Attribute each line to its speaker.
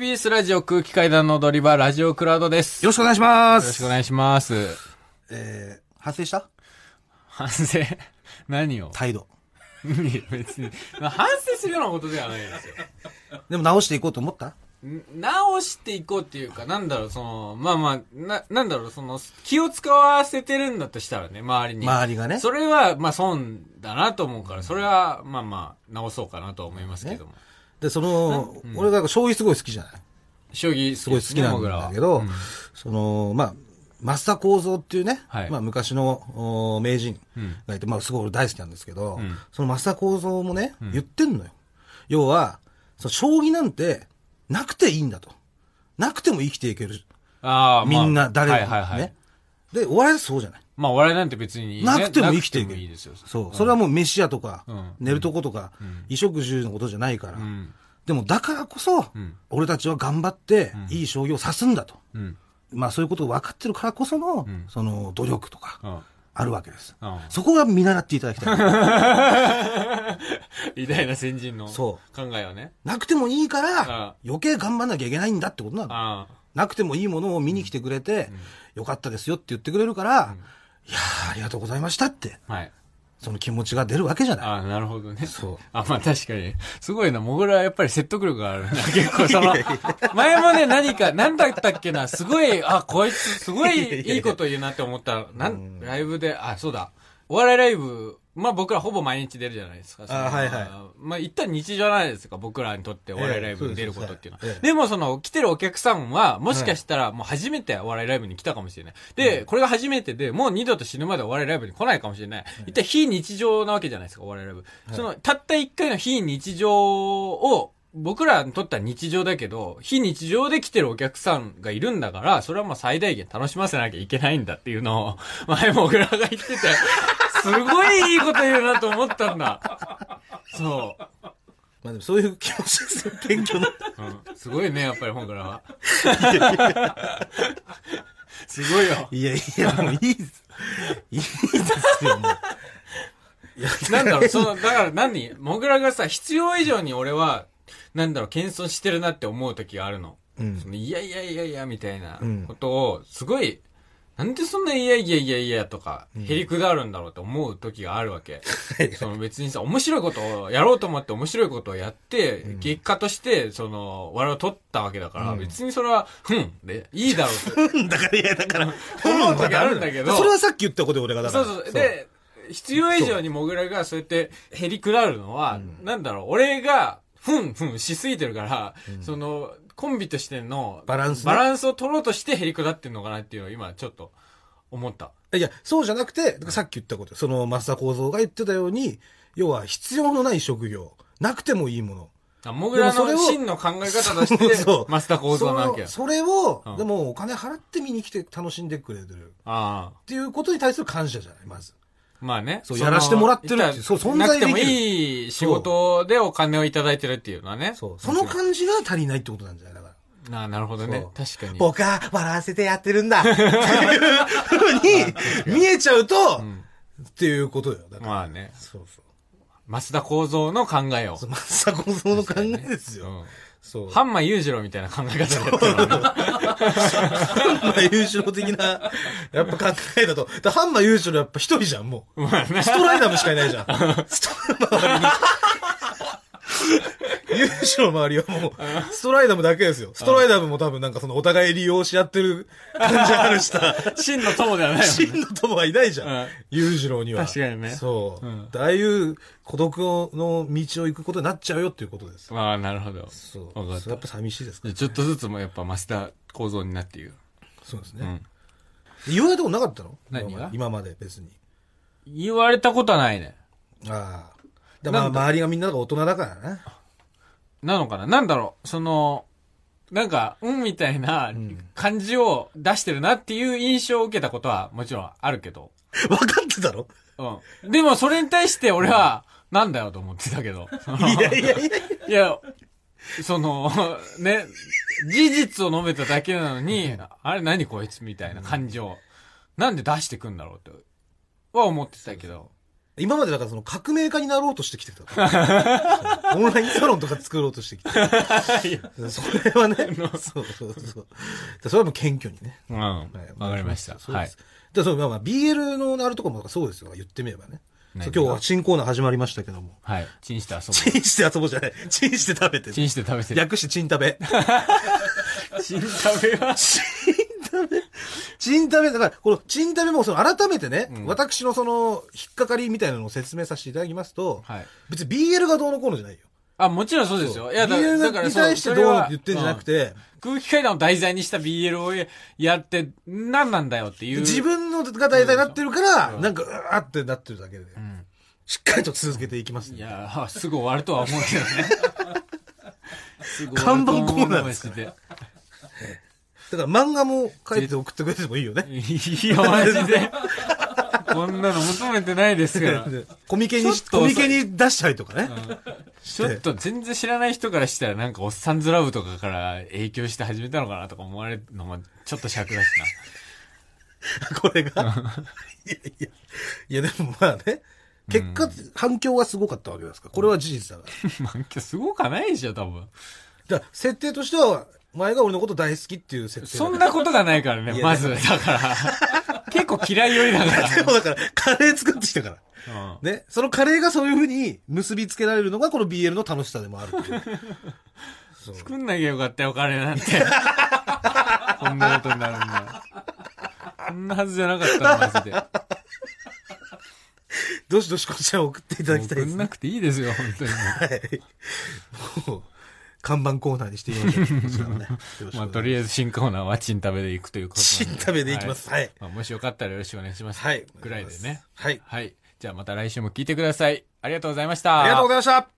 Speaker 1: TBS ラジオ空気階段の踊り場、ラジオクラウドです。
Speaker 2: よろしくお願いしま
Speaker 1: よろし
Speaker 2: す。
Speaker 1: くお願いします。
Speaker 2: えー、反省した
Speaker 1: 反省。 何を
Speaker 2: 態度。
Speaker 1: いや別に。反省するようなことではないですよ。
Speaker 2: でも直していこうと思った
Speaker 1: ん直していこうっていうか、なんだろう、その、まあまあ、な、なんだろう、その、気を使わせてるんだとしたらね、周りに。
Speaker 2: 周りがね。
Speaker 1: それは、まあ、損だなと思うから、それは、まあまあ、直そうかなとは思いますけども。
Speaker 2: で、その、俺が将棋すごい好きじゃない
Speaker 1: 将棋、す
Speaker 2: すごい好きなんだけど、その、まあ、増田幸三っていうね、
Speaker 1: はい
Speaker 2: まあ昔のお名人がいて、まあすごい俺大好きなんですけど、
Speaker 1: ん
Speaker 2: その増田幸三もね、言ってんのよ。要は、その将棋なんてなくていいんだと。なくても生きていける。
Speaker 1: ああ、ま
Speaker 2: み
Speaker 1: あ
Speaker 2: んな誰も、
Speaker 1: は
Speaker 2: ね
Speaker 1: いはいはい。
Speaker 2: で、お笑いそうじゃない
Speaker 1: まあ、我々なんて別にね、
Speaker 2: なくても生きてい
Speaker 1: な
Speaker 2: け
Speaker 1: く
Speaker 2: る。
Speaker 1: もいいですよ。
Speaker 2: そう。それはもう飯屋とか、
Speaker 1: ん
Speaker 2: 寝るとことか、衣食住のことじゃないから。
Speaker 1: ん
Speaker 2: でもだからこそ、俺たちは頑張って、いい将棋を指すんだと。
Speaker 1: うん。
Speaker 2: まあそういうことを分かってるからこその、その努力とか、
Speaker 1: うん。
Speaker 2: あるわけです。
Speaker 1: うん
Speaker 2: そこが見習っていただきたい。
Speaker 1: 偉大な先人の考
Speaker 2: そ
Speaker 1: えはね。
Speaker 2: なくてもいいか
Speaker 1: ああ
Speaker 2: ら、余計頑張んなきゃいけないんだってことなの。
Speaker 1: あ
Speaker 2: なくてもいいものを見に来てくれて、よかったですよって言ってくれるから、いやーありがとうございましたって、
Speaker 1: あ。はい。
Speaker 2: その気持ちが出るわけじゃない。
Speaker 1: ああ、なるほどね。
Speaker 2: そう。
Speaker 1: あ、まあ確かに。すごいな。もぐらはやっぱり説得力があ るな。結構その、前もね、何か、何だったっけな、すごい、あ、こいつ、すご
Speaker 2: いやい
Speaker 1: い
Speaker 2: やいや
Speaker 1: いいこと言うなって思った。なん、ライブで、あ、そうだ。お笑いライブ、まあ僕らほぼ毎日出るじゃないですか。その
Speaker 2: はいはい
Speaker 1: まあ一旦日常なんですか、僕らにとってお笑いライブに出ることっていうのは。
Speaker 2: ええそうです
Speaker 1: でもその、来てるお客さんは、もしかしたらもう初めてお笑いライブに来たかもしれない。で、これが初めてで、もう二度と死ぬまでお笑いライブに来ないかもしれない。一体非日常なわけじゃないですか、お笑いライブ。その、たった一回の非日常を、僕らにとっては日常だけど、非日常で来てるお客さんがいるんだから、それはもう最大限楽しませなきゃいけないんだっていうのを、 前も僕らが言ってて、すごいいいこと言うなと思ったんだ。そう。
Speaker 2: まあでもそういう気持ちですよ、勉強の。
Speaker 1: うんすごいね、やっぱり本からは。 すごいよ。
Speaker 2: いやいや、もういいです。いいですよ、もう。
Speaker 1: なんだろう、その、だから何モグラがさ、必要以上に俺は、なんだろう、謙遜してるなって思う時があるの。
Speaker 2: うん
Speaker 1: そのいやいやいやいや、みたいな
Speaker 2: うん
Speaker 1: ことを、すごい、なんでそんないやいやいやいやとか、へりくだるんだろうって思う時があるわけ。その別にさ、面白いことをやろうと思って面白いことをやって、結果として、その、我々を取ったわけだから、別にそれは、ふん、で、いいだろうって
Speaker 2: だから、いや、だから、
Speaker 1: 思う時あるんだけど
Speaker 2: それはさっき言ったことで俺がだ
Speaker 1: そ
Speaker 2: から。
Speaker 1: うそう。で、必要以上にモグラがそうやってへりくだるのは、なんだろう、俺が、ふんふんしすぎてるから、その、コンビとしての、
Speaker 2: バランスね
Speaker 1: バランスを取ろうとしてへりくだってんのかなっていうのを今ちょっと思った。
Speaker 2: いや、そうじゃなくて、さっき言ったこと。その、増田幸三が言ってたように、要は必要のない職業。なくてもいいもの。
Speaker 1: あモグラ
Speaker 2: でもそれ
Speaker 1: の
Speaker 2: を
Speaker 1: 真の考え方として、 マスター構造なわけや。
Speaker 2: それを、
Speaker 1: う
Speaker 2: それ
Speaker 1: ん
Speaker 2: をでもお金払って見に来て楽しんでくれてる。
Speaker 1: ああ。
Speaker 2: っていうことに対する感謝じゃない、まず。
Speaker 1: まあね。
Speaker 2: そう
Speaker 1: の
Speaker 2: やらしてもらってるっていう
Speaker 1: 言たら
Speaker 2: そう存在できる
Speaker 1: なくてもいい仕事でお金をいただいてるっていうのはね。
Speaker 2: そう。その感じが足りないってことなんじゃないだから。
Speaker 1: ああ、なるほどね。確
Speaker 2: そう
Speaker 1: かに。
Speaker 2: 僕は笑わせてやってる んだっていうふうに見えちゃうと、っていうことよ。だから。
Speaker 1: まあね。
Speaker 2: そうそう。
Speaker 1: 増田構造の考えを。
Speaker 2: まさこその考えですよ。
Speaker 1: うん
Speaker 2: そう。
Speaker 1: ハンマー裕次郎みたいな考え方だったのね。
Speaker 2: ハンマ優勝的な、やっぱ考えだと。だハンマ優勝のやっぱ一人じゃん、もう。ストライダーもしかいないじゃん。ストライダー 優勝の周りはもう、ストライダーもだけですよ。ストライダーも多分なんかそのお互い利用し合ってる感じあるした。
Speaker 1: 真の友ではないもんね
Speaker 2: 真の友はいないじ
Speaker 1: う
Speaker 2: ゃ
Speaker 1: ん
Speaker 2: ん。裕次郎には。
Speaker 1: 確かにね
Speaker 2: そう。
Speaker 1: うん
Speaker 2: ああいう孤独の道を行くことになっちゃうよっていうことです。
Speaker 1: まあ、なるほど。
Speaker 2: そう。
Speaker 1: わかった
Speaker 2: それやっぱ寂しいですか
Speaker 1: じゃあちょっとずつもやっぱマスター構造になっている。
Speaker 2: そうです
Speaker 1: う
Speaker 2: ね。
Speaker 1: ん。
Speaker 2: 言われたことなかったの
Speaker 1: 何が
Speaker 2: 今まで別に。
Speaker 1: 言われたことはないね。
Speaker 2: ああ。だまあ、周りがみんなが大人だから ね。
Speaker 1: なのかななんだろうその、なんか、うんみたいな感じを出してるなっていう印象を受けたことはもちろんあるけど。
Speaker 2: 分かってたろ
Speaker 1: うん。でもそれに対して俺は、なんだよと思ってたけど。
Speaker 2: いやいやいやい
Speaker 1: いや、その、ね、事実を述べただけなのに、あれ何こいつみたいな感情。なんで出してくんだろうとは思ってたけど。
Speaker 2: 今までだからその革命家になろうとしてきてた。 オンラインサロンとか作ろうとしてきて。それはね、 そうそうそう。それはもう謙虚にね。
Speaker 1: うん。わかりました。
Speaker 2: そう
Speaker 1: は
Speaker 2: で
Speaker 1: い
Speaker 2: す。。でそうまあまあ BL のあるとこもそうですよ。言ってみればね。
Speaker 1: 何
Speaker 2: そう今日は新コーナー始まりましたけども。
Speaker 1: はい。チンして遊
Speaker 2: チンして遊ぼうじゃない。チンして食べて
Speaker 1: ぶ。。チンして食べてる。
Speaker 2: 略してチン食べ。
Speaker 1: チン食べは。
Speaker 2: チン食べ、だから、このチン食べも、その、改めてね、私のその、引っかかりみたいなのを説明させていただきますと、
Speaker 1: はい。
Speaker 2: 別に BL がどうのこうのじゃないよ。
Speaker 1: あ、もちろんそうですよ。いや、だ
Speaker 2: BL
Speaker 1: だ
Speaker 2: が
Speaker 1: から
Speaker 2: に
Speaker 1: そう
Speaker 2: 対してどうのって言ってんじゃなく、
Speaker 1: それは
Speaker 2: て、
Speaker 1: うん空気階段を題材にした BL をやって、何なんだよっていう。
Speaker 2: 自分のが大体なってるから、なんか、うわーってなってるだけで、しっかりと続けていきます、
Speaker 1: い
Speaker 2: ね。
Speaker 1: やー、すぐ終わるとは思うけどね。 すぐ
Speaker 2: 看板コーナーです
Speaker 1: すね。
Speaker 2: だから漫画も書いて送ってくれてもいいよね。
Speaker 1: いや、マジで。こんなの求めてないですから。
Speaker 2: コミケにし、
Speaker 1: ちょっと
Speaker 2: コミ
Speaker 1: 遅い
Speaker 2: ケに出したりとかね。
Speaker 1: ちょっと全然知らない人からしたらなんかおっさんずラブとかから影響して始めたのかなとか思われるのもちょっと尺だし
Speaker 2: これが。いやいや。いや、でもまあね。結果、反響はすごかったわけですから。これは事実だか
Speaker 1: な。
Speaker 2: ら。
Speaker 1: まあ今日すごかないでしょ、多分。
Speaker 2: だから設定としては、前が俺のこと大好きっていう設定だ
Speaker 1: そ
Speaker 2: か
Speaker 1: ん
Speaker 2: ら。
Speaker 1: なことがないから
Speaker 2: い
Speaker 1: ね、
Speaker 2: や
Speaker 1: まず。だから。結構嫌い寄りだから。
Speaker 2: でもだから、カレー作ってきたから。
Speaker 1: うん
Speaker 2: ね。そのカレーがそういうふうに結びつけられるのが、この BL の楽しさでもあるっていう。 そう
Speaker 1: 作んなきゃよかったよ、カレーなん て。こんなことになるんだ。こんなはずじゃなかった の、マ
Speaker 2: どしどしこちらを送っていただき
Speaker 1: ジ
Speaker 2: た
Speaker 1: で。
Speaker 2: い
Speaker 1: 作
Speaker 2: です
Speaker 1: ん
Speaker 2: ね。
Speaker 1: なくていいですよ、本当にも
Speaker 2: はい。もう、看板コーナーにしていきましょう。こちらもねよろしくお願いし
Speaker 1: う。
Speaker 2: ま
Speaker 1: まあ、
Speaker 2: す
Speaker 1: とりあえず新コーナーはチン食べでいくということ
Speaker 2: 新
Speaker 1: なん
Speaker 2: 食べでいきます。はい。
Speaker 1: まあ、もしよかったらよろしくお願いします。
Speaker 2: はい。
Speaker 1: ぐらいでね。
Speaker 2: はい。
Speaker 1: はい。じゃあまた来週も聞いてください。ありがとうございました。
Speaker 2: ありがとうございました。